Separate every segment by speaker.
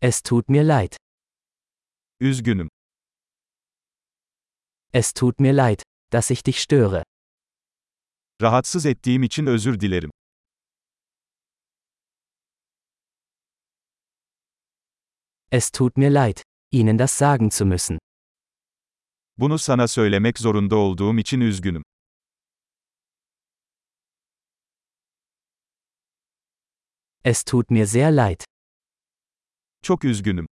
Speaker 1: Es tut mir leid.
Speaker 2: Üzgünüm.
Speaker 1: Es tut mir leid, dass ich dich störe.
Speaker 2: Rahatsız ettiğim için özür dilerim.
Speaker 1: Es tut mir leid, Ihnen das sagen zu müssen.
Speaker 2: Bunu sana söylemek zorunda olduğum için üzgünüm.
Speaker 1: Es tut mir sehr leid.
Speaker 2: Çok üzgünüm.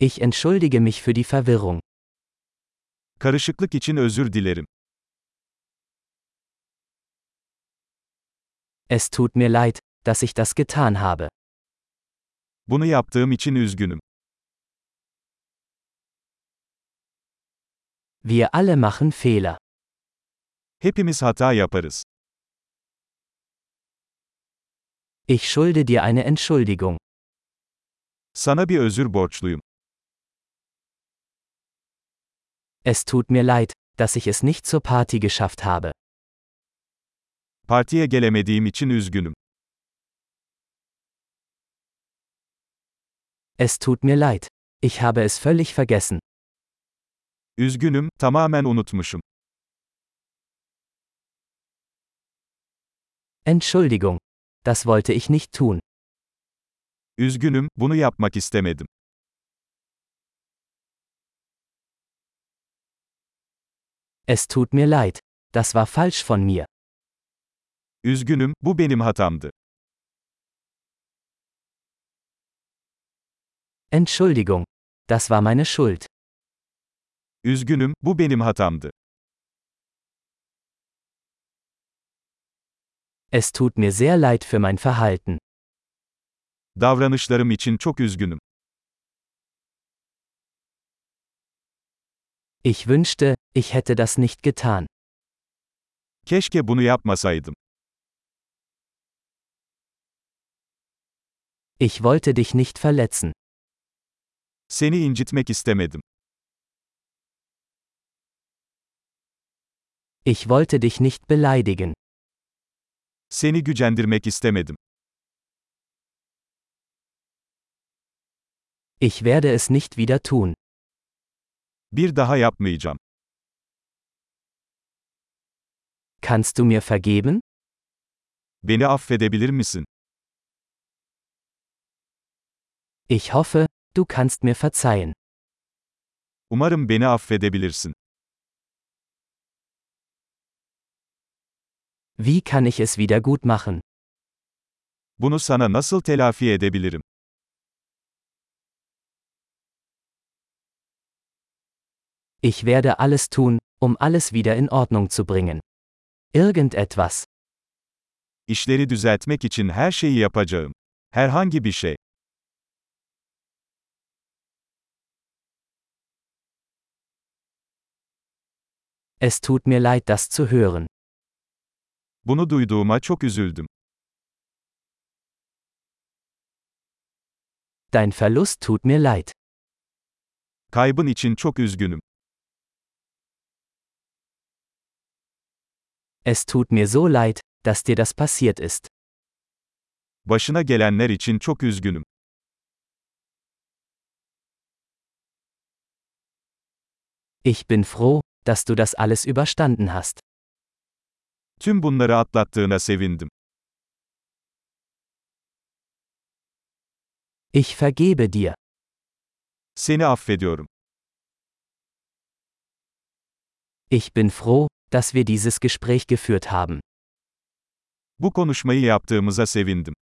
Speaker 1: Ich entschuldige mich für die Verwirrung.
Speaker 2: Karışıklık için özür dilerim.
Speaker 1: Es tut mir leid, dass ich das getan habe.
Speaker 2: Bunu yaptığım için üzgünüm.
Speaker 1: Wir alle machen Fehler.
Speaker 2: Hepimiz hata yaparız.
Speaker 1: Ich schulde dir eine Entschuldigung.
Speaker 2: Sana bir özür borçluyum.
Speaker 1: Es tut mir leid, dass ich es nicht zur Party geschafft habe.
Speaker 2: Partiye gelemediğim için üzgünüm.
Speaker 1: Es tut mir leid. Ich habe es völlig vergessen.
Speaker 2: Üzgünüm, tamamen unutmuşum.
Speaker 1: Entschuldigung. Das wollte ich nicht tun.
Speaker 2: Üzgünüm, bunu yapmak istemedim.
Speaker 1: Es tut mir leid. Das war falsch von mir.
Speaker 2: Üzgünüm, bu benim hatamdı.
Speaker 1: Entschuldigung. Das war meine Schuld.
Speaker 2: Üzgünüm, bu benim hatamdı.
Speaker 1: Es tut mir sehr leid für mein Verhalten.
Speaker 2: Davranışlarım için çok üzgünüm.
Speaker 1: Ich wünschte, ich hätte das nicht getan.
Speaker 2: Keşke bunu yapmasaydım.
Speaker 1: Ich wollte dich nicht verletzen.
Speaker 2: Seni incitmek istemedim.
Speaker 1: Ich wollte dich nicht beleidigen.
Speaker 2: Seni gücendirmek istemedim.
Speaker 1: Ich werde es nicht wieder tun.
Speaker 2: Bir daha yapmayacağım.
Speaker 1: Kannst du mir vergeben?
Speaker 2: Beni affedebilir misin?
Speaker 1: Ich hoffe, du kannst mir verzeihen.
Speaker 2: Umarım beni affedebilirsin.
Speaker 1: Wie kann ich es wieder gut machen?
Speaker 2: Bunu sana nasıl telafi edebilirim?
Speaker 1: Ich werde alles tun, um alles wieder in Ordnung zu bringen. Irgendetwas.
Speaker 2: İşleri düzeltmek için her şeyi yapacağım. Herhangi bir şey.
Speaker 1: Es tut mir leid, das zu hören.
Speaker 2: Bunu duyduğuma çok üzüldüm.
Speaker 1: Dein Verlust tut mir leid.
Speaker 2: Kaybın için çok üzgünüm.
Speaker 1: Es tut mir so leid, dass dir das passiert ist.
Speaker 2: Başına gelenler için çok üzgünüm.
Speaker 1: Ich bin froh, dass du das alles überstanden hast.
Speaker 2: Tüm bunları atlattığına sevindim.
Speaker 1: Ich vergebe dir.
Speaker 2: Seni affediyorum.
Speaker 1: Ich bin froh, dass wir dieses Gespräch geführt haben.
Speaker 2: Bu konuşmayı yaptığımıza sevindim.